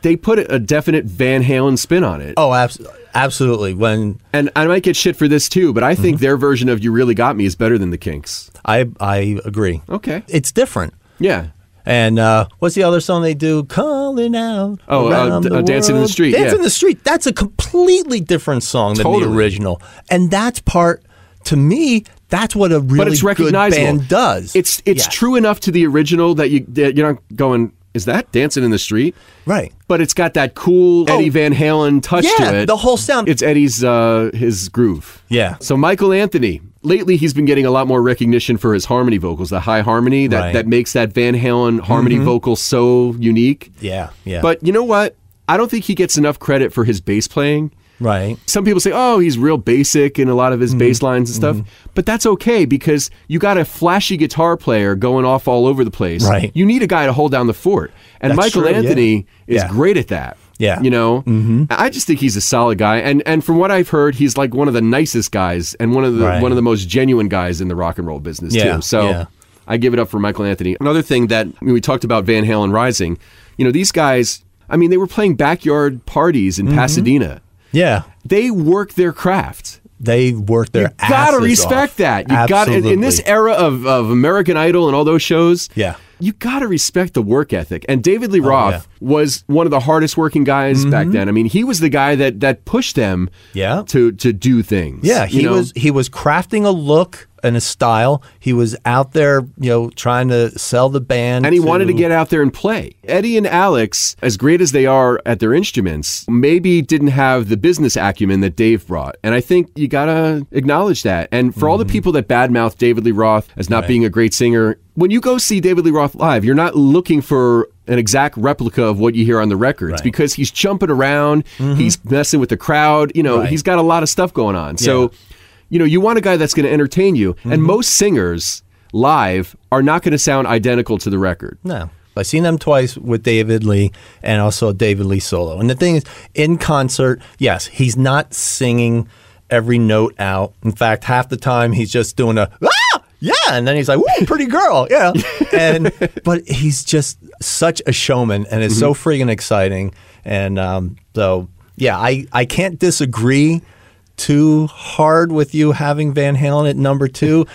Speaker 1: they put a definite Van Halen spin on it.
Speaker 2: Oh, abs- absolutely. When
Speaker 1: And I might get shit for this too, but I
Speaker 2: Mm-hmm.
Speaker 1: think their version of You Really Got Me is better than the Kinks.
Speaker 2: I I agree,
Speaker 1: Okay.
Speaker 2: it's different.
Speaker 1: Yeah.
Speaker 2: And uh, what's the other song they do? Calling out.
Speaker 1: Oh, uh,
Speaker 2: around
Speaker 1: D- uh, Dancing in the
Speaker 2: world.
Speaker 1: Street,
Speaker 2: Dancing
Speaker 1: yeah.
Speaker 2: in the street. That's a completely different song than
Speaker 1: Totally.
Speaker 2: the original, and that's part to me. That's what a really
Speaker 1: but it's
Speaker 2: good
Speaker 1: recognizable.
Speaker 2: band does.
Speaker 1: It's it's
Speaker 2: Yeah,
Speaker 1: true enough to the original that you that you're not going. Is that dancing in the street?
Speaker 2: right.
Speaker 1: But it's got that cool Eddie Van Halen touch
Speaker 2: Oh. Yeah,
Speaker 1: to it.
Speaker 2: the whole sound.
Speaker 1: It's Eddie's uh, his groove.
Speaker 2: Yeah.
Speaker 1: So Michael Anthony. Lately, he's been getting a lot more recognition for his harmony vocals, the high harmony that,
Speaker 2: Right.
Speaker 1: that makes that Van Halen harmony vocal so unique.
Speaker 2: yeah, yeah.
Speaker 1: But you know what? I don't think he gets enough credit for his bass playing.
Speaker 2: right.
Speaker 1: Some people say, oh, he's real basic in a lot of
Speaker 2: Mm-hmm.
Speaker 1: his bass lines and stuff. But that's okay because you got a flashy guitar player going off all over the place.
Speaker 2: Right.
Speaker 1: You need a guy to hold down the fort. And
Speaker 2: That's
Speaker 1: Michael
Speaker 2: true, yeah.
Speaker 1: Anthony is
Speaker 2: Yeah.
Speaker 1: great at that.
Speaker 2: Yeah.
Speaker 1: You know? Mm-hmm. I just think he's a solid guy. And and from what I've heard, he's like one of the nicest guys and one of the
Speaker 2: Right.
Speaker 1: one of the most genuine guys in the rock and roll business
Speaker 2: Yeah,
Speaker 1: too. So
Speaker 2: yeah.
Speaker 1: I give it up for Michael Anthony. Another thing that I mean, we talked about Van Halen Rising, you know, these guys, I mean, they were playing backyard parties in
Speaker 2: Mm-hmm.
Speaker 1: Pasadena.
Speaker 2: Yeah.
Speaker 1: They work their craft.
Speaker 2: They work their asses
Speaker 1: Gotta
Speaker 2: off.
Speaker 1: respect that. You got in, in this
Speaker 2: Absolutely.
Speaker 1: era of, of American Idol and all those shows.
Speaker 2: Yeah. Oh,
Speaker 1: You gotta respect the work ethic. And David Lee Roth was one of the hardest working guys back then. I mean, he was the guy that that pushed them
Speaker 2: Mm-hmm. Yeah.
Speaker 1: to to do things.
Speaker 2: Yeah,
Speaker 1: you
Speaker 2: he
Speaker 1: know?
Speaker 2: was he was crafting a look and a style. He was out there, you know, trying to sell the band.
Speaker 1: and he wanted to get out there and play. Eddie and Alex, as great as they are at their instruments, maybe didn't have the business acumen that Dave brought. And I think you gotta acknowledge that. And for all the people that badmouth David Lee Roth as not being a great singer, when you go see David Lee Roth live, you're not looking for an exact replica of what you hear on the records because he's jumping around, he's messing with the crowd, you know, he's got a lot of stuff going on. So, you know, you want a guy that's going to entertain you. And most singers live are not going to sound identical to the record.
Speaker 2: No. I seen them twice with David Lee and also David Lee solo. And the thing is, in concert, yes, he's not singing every note out. In fact, half the time he's just doing a ah! yeah, and then he's like, "Woo, pretty girl," yeah. and but he's just such a showman, and it's so freaking exciting. And um, so, yeah, I I can't disagree too hard with you having Van Halen at number two.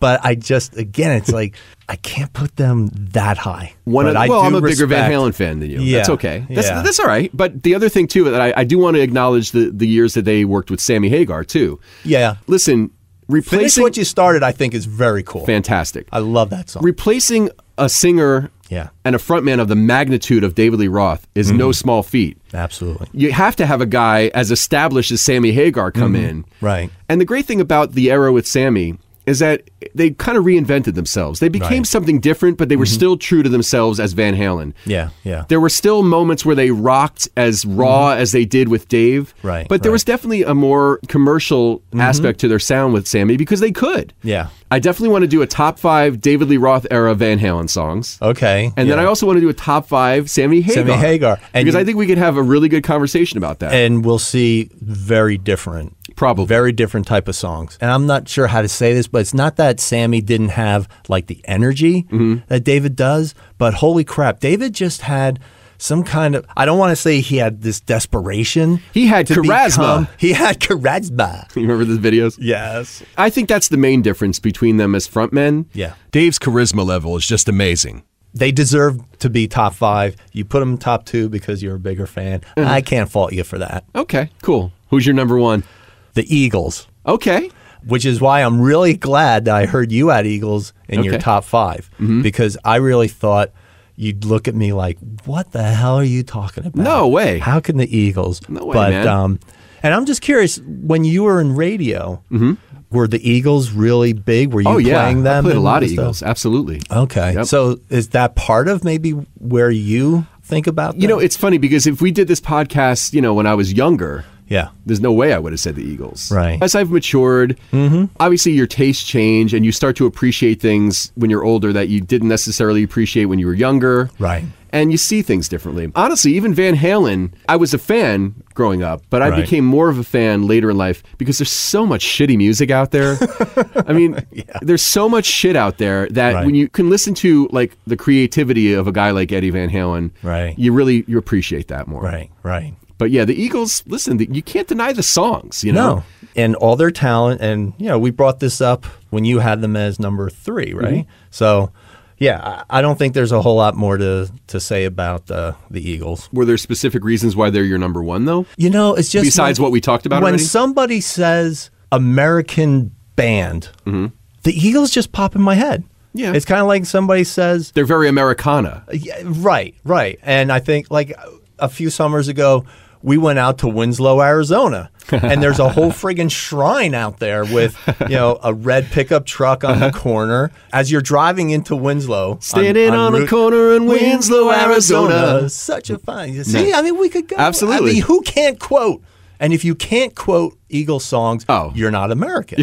Speaker 2: But I just, again, it's like I can't put them that high.
Speaker 1: One
Speaker 2: but
Speaker 1: of,
Speaker 2: I
Speaker 1: well,
Speaker 2: do
Speaker 1: I'm a bigger Van
Speaker 2: respect-
Speaker 1: Halen fan than you.
Speaker 2: Yeah,
Speaker 1: That's okay. That's,
Speaker 2: yeah.
Speaker 1: that's all right. But the other thing, too, that I, I do want to acknowledge the, the years that they worked with Sammy Hagar, too.
Speaker 2: Yeah,
Speaker 1: Listen,
Speaker 2: finish
Speaker 1: replacing.
Speaker 2: what you started. I think is very cool.
Speaker 1: fantastic.
Speaker 2: I love that song.
Speaker 1: replacing a singer
Speaker 2: Yeah. Mm-hmm.
Speaker 1: and a frontman of the magnitude of David Lee Roth is no small feat.
Speaker 2: Absolutely.
Speaker 1: you have to have a guy as established as Sammy Hagar come in.
Speaker 2: Mm-hmm. Right.
Speaker 1: And the great thing about the era with Sammy is that they kind of reinvented themselves. They became
Speaker 2: Right. Mm-hmm.
Speaker 1: something different, but they were still true to themselves as Van Halen.
Speaker 2: Yeah, yeah.
Speaker 1: There were still moments where they rocked as raw as they did with Dave.
Speaker 2: Mm-hmm. Right,
Speaker 1: But there
Speaker 2: right. Mm-hmm.
Speaker 1: was definitely a more commercial aspect to their sound with Sammy because they could.
Speaker 2: Yeah.
Speaker 1: I definitely want to do a top five David Lee Roth era Van Halen songs.
Speaker 2: Okay.
Speaker 1: And then I also want to do a top five Sammy Hagar.
Speaker 2: Oh, Sammy Hagar. And
Speaker 1: because
Speaker 2: you-
Speaker 1: I think we could have a really good conversation about that.
Speaker 2: and we'll see very different
Speaker 1: Probably.
Speaker 2: very different type of songs and i'm not sure how to say this but it's not that sammy didn't have like the energy
Speaker 1: Mm-hmm.
Speaker 2: that david does but holy crap david just had some kind of i don't want to say he had this desperation
Speaker 1: He had
Speaker 2: to
Speaker 1: charisma.
Speaker 2: become- he had charisma
Speaker 1: you remember the videos?
Speaker 2: yes
Speaker 1: I think that's the main difference between them as frontmen.
Speaker 2: yeah
Speaker 3: Dave's charisma level is just amazing.
Speaker 2: they deserve to be top five you put them top two because you're a bigger fan
Speaker 1: Mm-hmm.
Speaker 2: i can't fault you for that
Speaker 1: Okay, cool. Who's your number one?
Speaker 2: the eagles
Speaker 1: Okay.
Speaker 2: which is why I'm really glad that I heard you at Eagles in your
Speaker 1: Okay. Mm-hmm.
Speaker 2: top 5 because I really thought you'd look at me like, "What the hell are you talking about?
Speaker 1: No way.
Speaker 2: How can the Eagles?"
Speaker 1: No way,
Speaker 2: but
Speaker 1: man.
Speaker 2: um, and I'm just curious when you were in radio, were the Eagles really big? Were you
Speaker 1: Mm-hmm. oh yeah,
Speaker 2: playing them?
Speaker 1: I played a
Speaker 2: and
Speaker 1: lot of
Speaker 2: stuff? Oh,
Speaker 1: Eagles. Absolutely.
Speaker 2: Okay,
Speaker 1: Yep.
Speaker 2: so is that part of maybe where you think about?
Speaker 1: you know,
Speaker 2: them?
Speaker 1: it's funny because if we did this podcast, you know, when I was younger,
Speaker 2: yeah,
Speaker 1: there's no way I would have said the Eagles.
Speaker 2: Right. Mm-hmm.
Speaker 1: As I've matured, obviously your tastes change and you start to appreciate things when you're older that you didn't necessarily appreciate when you were younger.
Speaker 2: Right.
Speaker 1: And you see things differently. Honestly, even Van Halen, I was a fan growing up, but I
Speaker 2: Right.
Speaker 1: became more of a fan later in life because there's so much shitty music out there. I mean, there's so much shit out there that
Speaker 2: Right.
Speaker 1: when you can listen to like the creativity of a guy like Eddie Van Halen,
Speaker 2: Right.
Speaker 1: you really you appreciate that more.
Speaker 2: right, right.
Speaker 1: But yeah, the Eagles. Listen, the, you can't deny the songs. You know,
Speaker 2: No. And all their Mm-hmm. talent. And, you know, we brought this up when you had them as number three, right? So, yeah, I I don't think there's a whole lot more to, to say about the, the Eagles.
Speaker 1: Were there specific reasons why they're your number one, though?
Speaker 2: You know, it's just
Speaker 1: Besides
Speaker 2: like-
Speaker 1: what we talked about
Speaker 2: When
Speaker 1: already?
Speaker 2: somebody says American band, the Eagles just pop in my head.
Speaker 1: Mm-hmm. Yeah.
Speaker 2: it's kind of like somebody says,
Speaker 1: They're very Americana.
Speaker 2: yeah, right, right. And I think like a few summers ago, we went out to Winslow, Arizona, and there's a whole friggin' shrine out there with you know a red pickup truck on the corner as you're driving into Winslow.
Speaker 1: Standing on a
Speaker 2: route-
Speaker 1: corner in Winslow, Arizona.
Speaker 2: Such a fun. See, I mean, we could go.
Speaker 1: Absolutely.
Speaker 2: I mean, who can't quote? And if you can't quote Eagles songs,
Speaker 1: Oh.
Speaker 2: you're not American.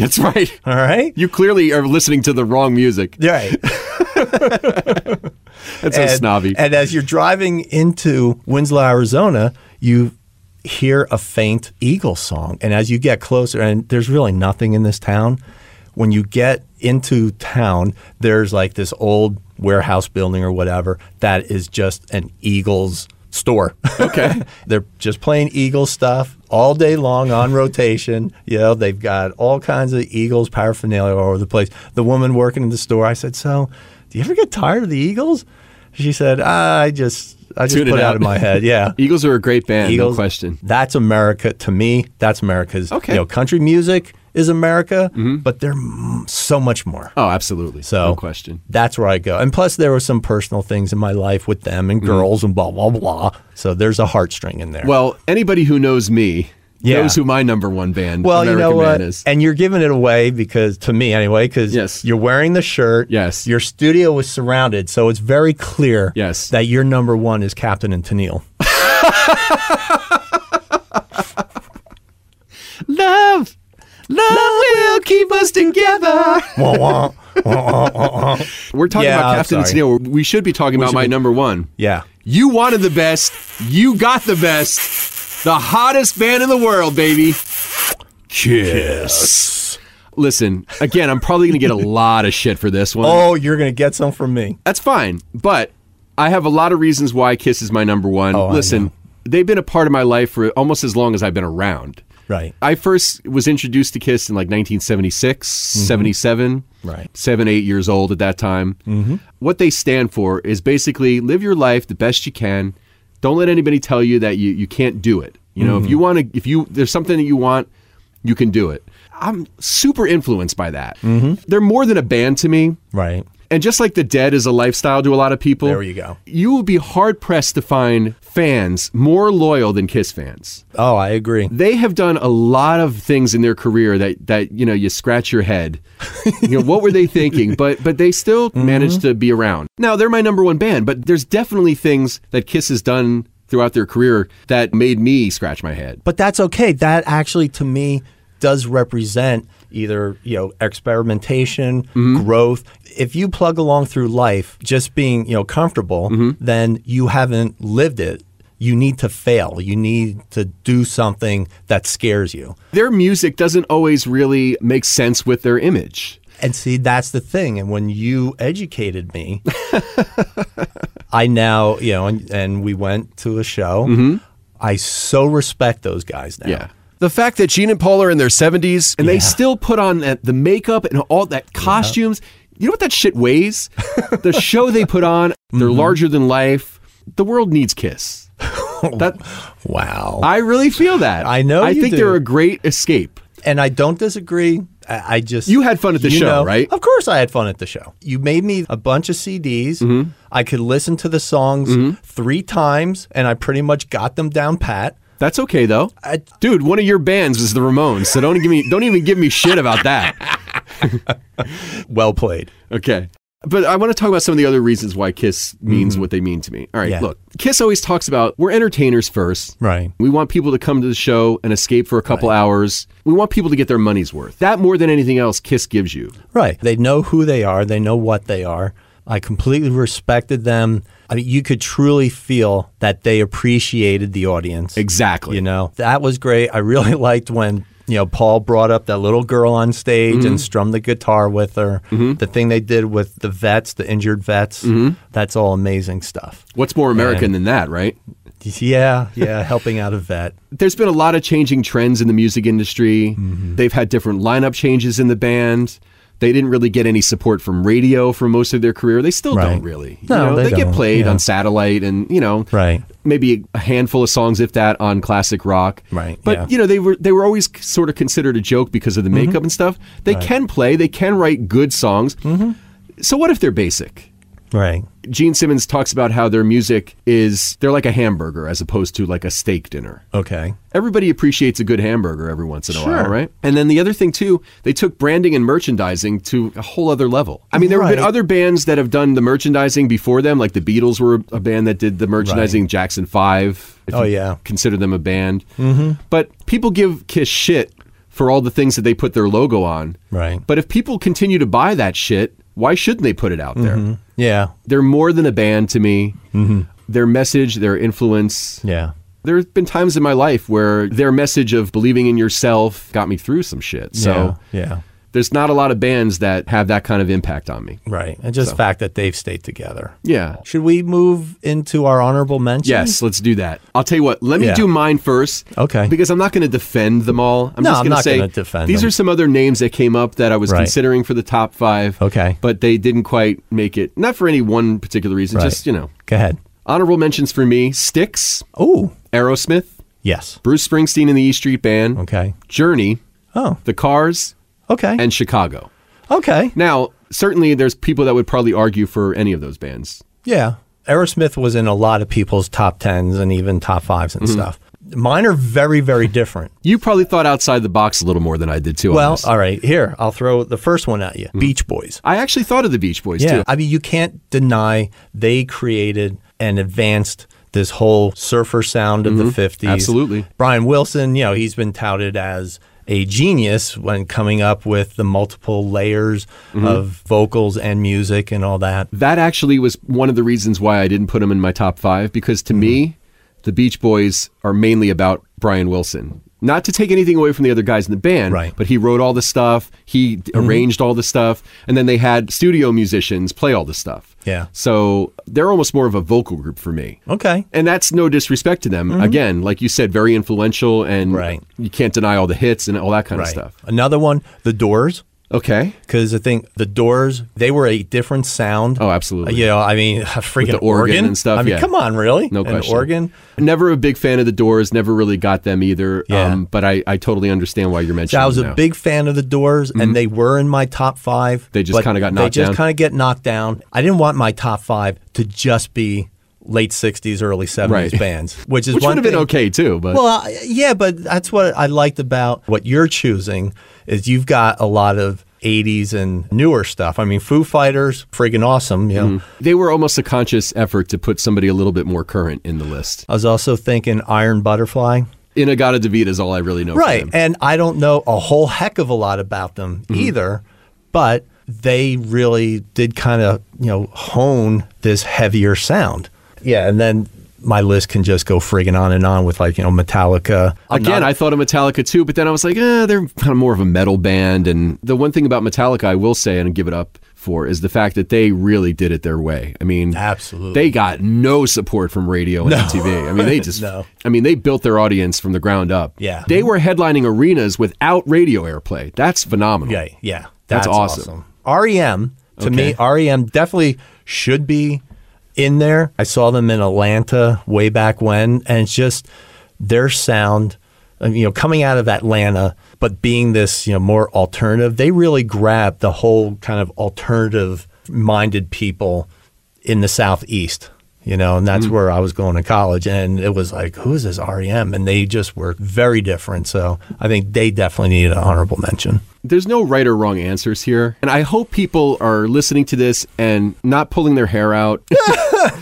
Speaker 1: That's right.
Speaker 2: All right.
Speaker 1: You clearly are listening to the wrong music.
Speaker 2: Right.
Speaker 1: That's so
Speaker 2: and,
Speaker 1: snobby.
Speaker 2: And as you're driving into Winslow, Arizona, you hear a faint Eagle song. And as you get closer, and there's really nothing in this town. When you get into town, there's like this old warehouse building or whatever that is just an Eagles store.
Speaker 1: Okay.
Speaker 2: They're just playing Eagles stuff all day long on rotation. You know, they've got all kinds of Eagles paraphernalia all over the place. The woman working in the store, I said, "So, do you ever get tired of the Eagles?" She said, "Ah, "I just, I just
Speaker 1: Tune it
Speaker 2: put it
Speaker 1: out."
Speaker 2: out of my head." Yeah.
Speaker 1: Eagles are a great band,
Speaker 2: Eagles,
Speaker 1: no question.
Speaker 2: That's America to me. That's America's.
Speaker 1: Okay. Mm-hmm.
Speaker 2: You know, country music is America, but they're m- so much more.
Speaker 1: Oh, absolutely.
Speaker 2: So
Speaker 1: no question.
Speaker 2: That's where I go. And plus, there were some personal things in my life with them and girls and blah blah blah. So there's a heartstring in there.
Speaker 1: Mm-hmm. Well, anybody who knows me
Speaker 2: Yeah.
Speaker 1: knows who my number one band,
Speaker 2: Well,
Speaker 1: American
Speaker 2: you know
Speaker 1: Man,
Speaker 2: what?
Speaker 1: is.
Speaker 2: And you're giving it away because to me anyway, because
Speaker 1: Yes.
Speaker 2: you're wearing the shirt.
Speaker 1: Yes.
Speaker 2: Your studio was surrounded, so it's very clear
Speaker 1: Yes.
Speaker 2: that your number one is Captain and Tennille.
Speaker 1: Love, love will keep us together.
Speaker 2: Wah, wah, wah, wah, wah.
Speaker 1: We're talking
Speaker 2: Yeah,
Speaker 1: about
Speaker 2: I'm
Speaker 1: Captain
Speaker 2: sorry.
Speaker 1: Sneal. We should be talking about my number one.
Speaker 2: yeah.
Speaker 1: You wanted the best. You got the best. The hottest band in the world, baby. Kiss. Listen, again, I'm probably going to get a lot of shit for this one.
Speaker 2: Oh, you're gonna get some from me.
Speaker 1: That's fine, but I have a lot of reasons why Kiss is my number one.
Speaker 2: Oh, I
Speaker 1: Listen,
Speaker 2: know.
Speaker 1: they've been a part of my life for almost as long as I've been around.
Speaker 2: Right.
Speaker 1: I first was introduced to Kiss in like 1976, 77.
Speaker 2: Mm-hmm. Right.
Speaker 1: Seven, eight years old at that time. Mm-hmm. What they stand for is basically live your life the best you can. Don't let anybody tell you that you, you can't do it. You know,
Speaker 2: Mm-hmm.
Speaker 1: if you want to, if you, there's something that you want, you can do it. I'm super influenced by that.
Speaker 2: Mm-hmm.
Speaker 1: They're more than a band to me.
Speaker 2: Right.
Speaker 1: And just like the dead is a lifestyle to a lot of people,
Speaker 2: There you go.
Speaker 1: You will be hard pressed to find fans more loyal than Kiss fans.
Speaker 2: Oh, I agree.
Speaker 1: They have done a lot of things in their career that that you know you scratch your head. you know what were they thinking? But but they still managed to be around. Now they're my number one band, but there's definitely things that Kiss has done throughout their career that made me scratch my head.
Speaker 2: But that's okay. That actually, to me, does represent either you know experimentation, growth. If you plug along through life just being you know comfortable, then you haven't lived it. You need to fail. You need to do something that scares you.
Speaker 1: Their music doesn't always really make sense with their image.
Speaker 2: And see, that's the thing. And when you educated me, I now, you know, and, and we went to a show. I so respect those guys now.
Speaker 1: Mm-hmm. Yeah.
Speaker 3: The fact that Gene and Paul are in their 70s
Speaker 1: and
Speaker 3: and
Speaker 1: they
Speaker 3: they
Speaker 1: still put on that, the makeup and all that costumes. You know what that shit weighs? the show they put on, they're
Speaker 2: Mm-hmm.
Speaker 1: larger than life. The world needs Kiss. That
Speaker 2: Wow.
Speaker 1: I really feel that.
Speaker 2: I know
Speaker 1: I
Speaker 2: you
Speaker 1: think
Speaker 2: do.
Speaker 1: they're a great escape.
Speaker 2: and I don't disagree. I, I just
Speaker 1: You had fun at the
Speaker 2: you
Speaker 1: show,
Speaker 2: know-
Speaker 1: right?
Speaker 2: Of course, I had fun at the show. You made me a bunch of CDs.
Speaker 1: Mm-hmm.
Speaker 2: I could listen to the songs three times, and I pretty much got them down pat.
Speaker 1: That's okay though,
Speaker 2: I-
Speaker 1: dude. One of your bands is the Ramones, so don't give me don't even give me shit about that.
Speaker 2: Well played.
Speaker 1: Okay. But I want to talk about some of the other reasons why Kiss means what they mean to me. All right,
Speaker 2: Mm-hmm. Yeah.
Speaker 1: look. Kiss always talks about we're entertainers first.
Speaker 2: Right.
Speaker 1: We want people to come to the show and escape for a couple hours. We want people to get their money's worth. That more than anything else, Kiss gives you.
Speaker 2: Right. They know who they are. They know what they are. I completely respected them. I mean, you could truly feel that they appreciated the audience.
Speaker 1: Exactly.
Speaker 2: You know, that was great. I really liked when, you know, Paul brought up that little girl on stage and strummed the guitar with her. The thing they did with the vets, the injured vets, that's all amazing stuff.
Speaker 1: What's more American than that, right?
Speaker 2: Yeah, yeah, helping out a vet.
Speaker 1: There's been a
Speaker 2: Mm-hmm.
Speaker 1: lot of changing trends in the music industry. They've had different lineup changes in the band. They didn't really get any support from radio for most of their career. They still don't
Speaker 2: Right.
Speaker 1: really. You
Speaker 2: No,
Speaker 1: know,
Speaker 2: they
Speaker 1: they, get
Speaker 2: don't,
Speaker 1: played
Speaker 2: yeah.
Speaker 1: on satellite and, you know,
Speaker 2: Right.
Speaker 1: maybe a handful of songs, if that, on classic rock.
Speaker 2: Right,
Speaker 1: But,
Speaker 2: yeah. Mm-hmm.
Speaker 1: you know, they were they were always sort of considered a joke because of the makeup and stuff. They can play, they can write good songs.
Speaker 2: Mm-hmm.
Speaker 1: So what if they're basic?
Speaker 2: Right.
Speaker 1: Gene Simmons talks about how their music is they're like a hamburger as opposed to like a steak dinner.
Speaker 2: Okay.
Speaker 1: Everybody appreciates a good hamburger every once in a while,
Speaker 2: Sure.
Speaker 1: right? And then the other thing too, they took branding and merchandising to a whole other level. I mean, there have been
Speaker 2: Right.
Speaker 1: other bands that have done the merchandising before them, like the Beatles were a band that did the merchandising. Jackson Five, if
Speaker 2: Oh,
Speaker 1: you
Speaker 2: yeah.
Speaker 1: consider them a band. Mm-hmm. But people give Kiss shit for all the things that they put their logo on.
Speaker 2: Right.
Speaker 1: But if people continue to buy that shit, why shouldn't they put it out there?
Speaker 2: Mm-hmm. Yeah.
Speaker 1: They're more than a band to me.
Speaker 2: Mm-hmm.
Speaker 1: Their message, their influence,
Speaker 2: Yeah.
Speaker 1: there have been times in my life where their message of believing in yourself got me through some shit. So
Speaker 2: yeah. yeah.
Speaker 1: there's not a lot of bands that have that kind of impact on me.
Speaker 2: Right. And just the fact that they've stayed together.
Speaker 1: Yeah.
Speaker 2: Should we move into our honorable mentions?
Speaker 1: Yes, let's do that. I'll tell you what, let me
Speaker 2: Yeah.
Speaker 1: do mine first.
Speaker 2: Okay.
Speaker 1: Because I'm not going to defend them all. I'm
Speaker 2: No,
Speaker 1: just
Speaker 2: I'm
Speaker 1: going to
Speaker 2: not
Speaker 1: say
Speaker 2: gonna defend
Speaker 1: these
Speaker 2: them.
Speaker 1: are some other names that came up that I was
Speaker 2: Right.
Speaker 1: considering for the top five.
Speaker 2: Okay.
Speaker 1: But they didn't quite make it. Not for any one particular reason,
Speaker 2: Right.
Speaker 1: just, you know.
Speaker 2: Go ahead.
Speaker 1: Honorable mentions for me Styx,
Speaker 2: Oh,
Speaker 1: Aerosmith,
Speaker 2: yes.
Speaker 1: Bruce Springsteen and the E Street Band,
Speaker 2: Okay.
Speaker 1: Journey,
Speaker 2: Oh,
Speaker 1: The Cars,
Speaker 2: okay.
Speaker 1: and Chicago.
Speaker 2: okay.
Speaker 1: Now, certainly there's people that would probably argue for any of those bands.
Speaker 2: Yeah. Aerosmith was in a lot of people's top tens and even top fives and
Speaker 1: Mm-hmm.
Speaker 2: stuff. Mine are very, very different.
Speaker 1: You probably thought outside the box a little more than I did too. on
Speaker 2: well, uh,
Speaker 1: this.
Speaker 2: all right. Here, I'll throw the first one at you
Speaker 1: Mm-hmm.
Speaker 2: Beach Boys.
Speaker 1: I actually thought of the Beach Boys
Speaker 2: Yeah.
Speaker 1: too.
Speaker 2: I mean, you can't deny they created and advanced this whole surfer sound of the 50s.
Speaker 1: Mm-hmm. Absolutely.
Speaker 2: Brian Wilson, you know, he's been touted as a genius when coming up with the multiple layers
Speaker 1: Mm-hmm.
Speaker 2: of vocals and music and all that.
Speaker 1: That actually was one of the reasons why I didn't put them in my top five because
Speaker 2: Mm-hmm.
Speaker 1: to me, the Beach Boys are mainly about Brian Wilson. Not to take anything away from the other guys in the band,
Speaker 2: Right. Mm-hmm.
Speaker 1: but he wrote all the stuff, he d- arranged all the stuff, and then they had studio musicians play all the stuff.
Speaker 2: Yeah.
Speaker 1: So they're almost more of a vocal group for me.
Speaker 2: Okay.
Speaker 1: And that's no disrespect to them. Again, like you said, very influential, and
Speaker 2: Mm-hmm. Right.
Speaker 1: you can't deny all the hits and all that kind of
Speaker 2: Right.
Speaker 1: stuff.
Speaker 2: Another one, The Doors.
Speaker 1: Okay.
Speaker 2: Because I think the Doors, they were a different sound.
Speaker 1: Oh, absolutely.
Speaker 2: You know, I mean, a freaking
Speaker 1: the organ and stuff,
Speaker 2: I mean,
Speaker 1: yeah.
Speaker 2: come on, really?
Speaker 1: No
Speaker 2: An
Speaker 1: question.
Speaker 2: organ?
Speaker 1: Never a big fan of the Doors. Never really got them either. um,
Speaker 2: Yeah.
Speaker 1: but I, I totally understand why you're mentioning.
Speaker 2: I was
Speaker 1: them
Speaker 2: a
Speaker 1: now.
Speaker 2: big fan of the Doors, and they were in my top five.
Speaker 1: Mm-hmm. They just
Speaker 2: but
Speaker 1: kinda got knocked
Speaker 2: They just
Speaker 1: down.
Speaker 2: kind of get knocked down. I didn't want my top five to just be late '60s, early '70s
Speaker 1: Right.
Speaker 2: bands, which is
Speaker 1: which
Speaker 2: one
Speaker 1: would have been
Speaker 2: thing-
Speaker 1: okay too. But
Speaker 2: Well, I- yeah, but that's what I liked about what you're choosing is you've got a lot of '80s and newer stuff. I mean, Foo Fighters, friggin' awesome. You know,
Speaker 1: they were almost a conscious effort to put somebody a little bit more current in the list.
Speaker 2: I was also thinking Iron Butterfly.
Speaker 1: Inagata DeVita is all I really know. for
Speaker 2: Right.
Speaker 1: them. Mm-hmm.
Speaker 2: And I don't know a whole heck of a lot about them either, but they really did kind of, you know, hone this heavier sound. Yeah. And then my list can just go friggin' on and on with like, you know, Metallica. I'm
Speaker 1: Again,
Speaker 2: not-
Speaker 1: I thought of Metallica too, but then I was like, eh, they're kind of more of a metal band. And the one thing about Metallica, I will say and give it up for, is the fact that they really did it their way. I mean,
Speaker 2: Absolutely.
Speaker 1: they got no support from radio and MTV. I mean, they just,
Speaker 2: No.
Speaker 1: I mean, they built their audience from the ground up.
Speaker 2: Yeah.
Speaker 1: they were headlining arenas without radio airplay. That's phenomenal.
Speaker 2: yeah. Yeah.
Speaker 1: That's
Speaker 2: That's,
Speaker 1: awesome.
Speaker 2: REM, to me, REM definitely should be in there. I saw them in Atlanta way back when, and it's just their sound, uh, you know, coming out of Atlanta, but being this, you know, more alternative, they really grabbed the whole kind of alternative minded people in the Southeast. You know, and that's where I was going to college, and it was like, who is this REM? And they just were very different. So I think they definitely needed an honorable mention.
Speaker 1: There's no right or wrong answers here. And I hope people are listening to this and not pulling their hair out.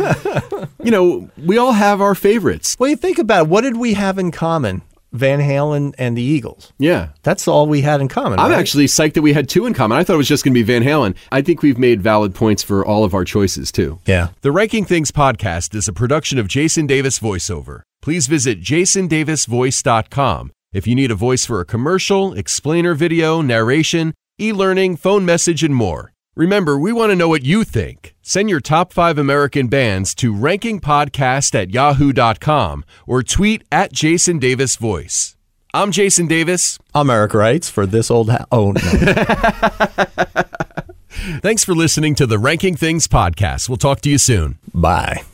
Speaker 1: you know, we all have our favorites.
Speaker 2: Well, you think about it, what did we have in common? Van Halen and the Eagles.
Speaker 1: Yeah.
Speaker 2: That's all we had in common.
Speaker 1: I'm
Speaker 2: right?
Speaker 1: actually psyched that we had two in common. I thought it was just going to be Van Halen. I think we've made valid points for all of our choices, too.
Speaker 2: yeah.
Speaker 3: The Ranking Things podcast is a production of Jason Davis VoiceOver. Please visit jasondavisvoice.com if you need a voice for a commercial, explainer video, narration, e learning, phone message, and more. Remember, we want to know what you think. Send your top five American bands to rankingpodcast at yahoo.com or tweet at Jason Davis Voice.
Speaker 1: I'm Jason Davis.
Speaker 2: I'm Eric Wrights for this old house. Oh, no.
Speaker 1: Thanks for listening to the Ranking Things podcast. We'll talk to you soon.
Speaker 2: Bye.